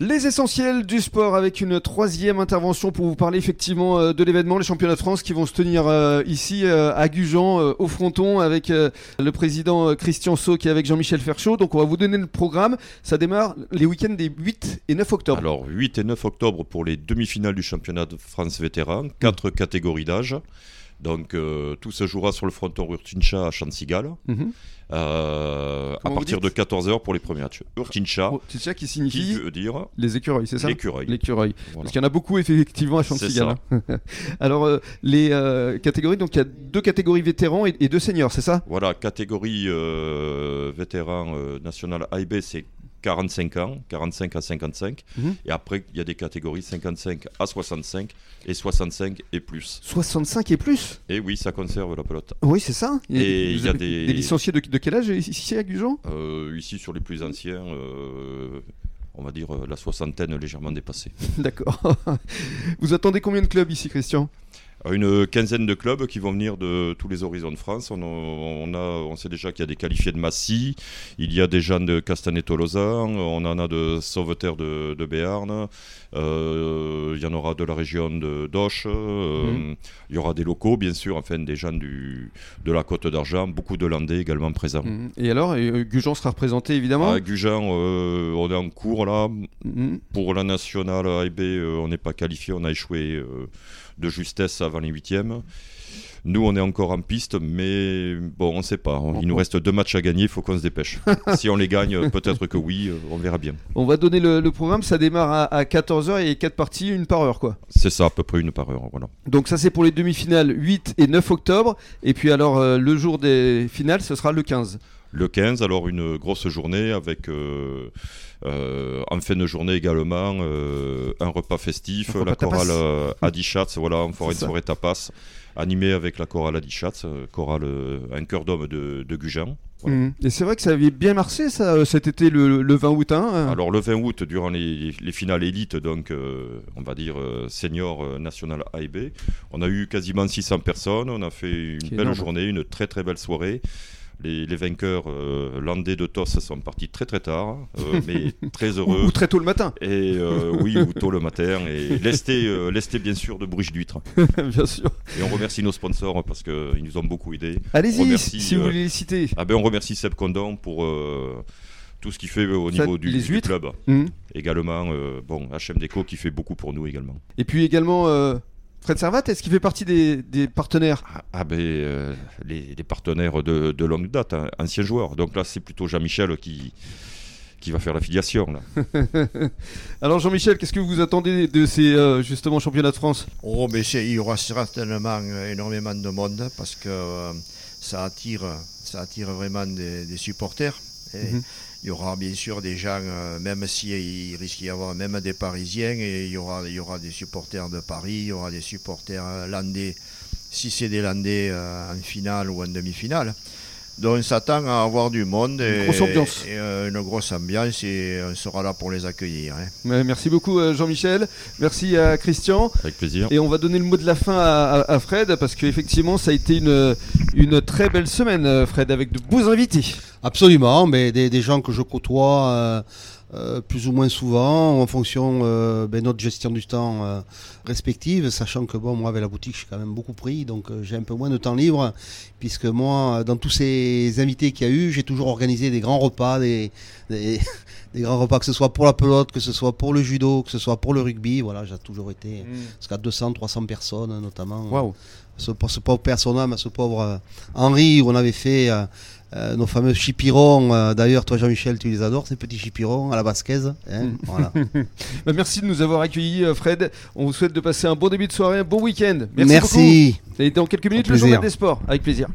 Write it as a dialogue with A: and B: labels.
A: Les essentiels du sport avec une troisième intervention pour vous parler effectivement euh, de l'événement, les championnats de France qui vont se tenir euh, ici euh, à Gujan euh, au fronton avec euh, le président euh, Christian Sau qui est avec Jean-Michel Ferchaud. Donc on va vous donner le programme. Ça démarre les week-ends des 8 et 9 octobre.
B: Alors, 8 et 9 octobre pour les demi-finales du championnat de France vétéran, quatre
A: Mm.
B: catégories d'âge. Donc, euh, tout se jouera sur le fronton Urtincha à Chansigal,
A: Mhm.
B: euh, à
A: Comment vous
B: partir de 14h pour les premiers matchs. Urtincha,
A: Oh, C'est ça qui
B: ah. qui
A: signifie
B: veut dire
A: les écureuils, c'est ça
B: l'écureuil.
A: L'écureuil.
B: Voilà.
A: Parce qu'il y en a beaucoup effectivement à Chantigal. Alors euh, les euh, catégories, donc il y a deux catégories vétérans et, et deux seniors, c'est ça
B: Voilà, catégorie euh, vétéran euh, national AIB, c'est 45 ans, 45 à 55.
A: Mhm.
B: Et après, il y a des catégories 55 à 65 et 65 et plus.
A: 65 et plus
B: Et oui, ça conserve la pelote.
A: Oui, c'est ça.
B: Et il y a
A: vous avez
B: des-
A: licenciés de, de quel âge ici à Gujan
B: Euh, ici, sur les plus anciens, euh, on va dire euh, la soixantaine légèrement dépassée.
A: D'accord. Vous attendez combien de clubs ici, Christian
B: Euh, Une quinzaine de clubs qui vont venir de tous les horizons de France. On, a- on, a, on sait déjà qu'il y a des qualifiés de Massy, il y a des gens de Castanet-Tolosan, on en a de Sauveterre de, de Béarn, euh, il y en aura de la région de d'Auch, euh,
A: Mhm.
B: il y aura des locaux, bien sûr, enfin des gens du, de la Côte d'Argent, beaucoup de Landais également présents.
A: Et alors, et, euh, Gujan sera représenté évidemment
B: À Gujan, euh, on est en cours là,
A: Mhm.
B: Pour la nationale AIB, euh, on n'est pas qualifié, on a échoué euh, de justesse avant les huitièmes. Nous, on est encore en piste, mais bon, on ne sait pas. On- Il nous reste deux matchs à gagner, il faut qu'on se dépêche. si on les gagne, euh, peut-être que oui, euh, on verra bien.
A: On va donner le, le programme, ça démarre à, 14h et 4 parties, une par heure quoi.
B: C'est ça, à peu près une par heure. Voilà.
A: Donc ça c'est pour les demi-finales 8 et 9 octobre. Et puis alors euh, le jour des finales, ce sera le 15.
B: Le 15, alors une grosse journée avec, euh, euh, en fin de journée également, euh, un repas festif,
A: Un repas
B: la
A: tapas.
B: chorale euh, Adichatz, voilà, en forêt
A: C'est
B: de
A: ça.
B: soirée tapas, animée avec la chorale Adichatz, euh, chorale, euh, un cœur d'homme de, de Gujan. Voilà.
A: Mhm. Et c'est vrai que ça avait bien marché ça euh, cet été le, le 20 août. hein, euh.
B: Alors le 20 août, durant les, les finales élites, donc euh, on va dire euh, senior euh, national A et B, on a eu quasiment 600 personnes, on a fait une
A: Qui est
B: belle
A: énorme.
B: journée, une très très belle soirée. Les, les vainqueurs euh, landais de Tos sont partis très très tard, euh, mais très
A: ou,
B: heureux.
A: ou très tôt le matin,
B: Et euh, oui, ou tôt le matin, et lesté, euh, lesté, bien sûr de Bruges d'huître.
A: bien sûr.
B: Et on remercie nos sponsors parce qu'ils nous ont beaucoup aidés. On
A: Allez-y
B: remercie,
A: si vous
B: euh,
A: voulez les citer.
B: Ah ben on remercie Seb Condon pour euh, tout ce qu'il fait au
A: Ça,
B: niveau du,
A: les
B: du
A: huîtres.
B: club.
A: Mhm.
B: Également, euh, bon, HM Déco qui fait beaucoup pour nous également.
A: Et puis également euh, Fred Servat, est-ce qu'il fait partie des, des partenaires
B: Ah, ah ben, euh, les, les partenaires de, de longue date, hein, anciens joueurs. Donc là, c'est plutôt Jean-Michel qui, qui va faire la filiation. Là.
A: Alors Jean-Michel, qu'est-ce que vous attendez de ces euh, justement championnats de France
C: Oh, mais c'est- il y aura certainement euh, énormément de monde parce que euh, ça attire, ça attire vraiment des, des supporters. Et
A: Mhm.
C: Il y aura bien sûr des gens, euh, même s'il risque d'y avoir même des Parisiens, et il y, aura, il y aura des supporters de Paris, il y aura des supporters euh, landais, si c'est des landais euh, en finale ou en demi-finale. Donc on s'attend à avoir du monde
A: Une
C: et,
A: grosse ambiance.
C: et, euh, une grosse ambiance et on sera là pour les accueillir. hein.
A: Ouais, Merci beaucoup euh, Jean-Michel, merci à Christian.
B: Avec plaisir.
A: Et on va donner le mot de la fin à, à- à Fred parce qu'effectivement ça a été une, une très belle semaine euh, Fred avec de beaux invités.
D: Absolument, mais des, des gens que je côtoie euh, euh, plus ou moins souvent en fonction euh, ben, notre gestion du temps euh, respective, sachant que bon moi avec la boutique je suis quand même beaucoup pris, donc euh, j'ai un peu moins de temps libre, puisque moi euh, dans tous ces invités qu'il y a eu, j'ai toujours organisé des grands repas, des, des, des grands repas que ce soit pour la pelote, que ce soit pour le judo, que ce soit pour le rugby, voilà j'ai toujours été jusqu'à 200, 300 personnes notamment
A: Mm. Waouh.
D: ce, ce pauvre personnage, ce pauvre euh, Henri, où on avait fait euh, euh, nos fameux chipirons. euh, D'ailleurs, toi, Jean-Michel, tu les adores, ces petits chipirons à la basquaise. hein,
A: Mm.
D: voilà.
A: Bah, merci de nous avoir accueillis euh, Fred. On vous souhaite de passer un bon début de soirée, un bon week-end. Merci.
D: Merci.
A: beaucoup. Et dans quelques minutes le
D: plaisir.
A: journal des sports avec plaisir.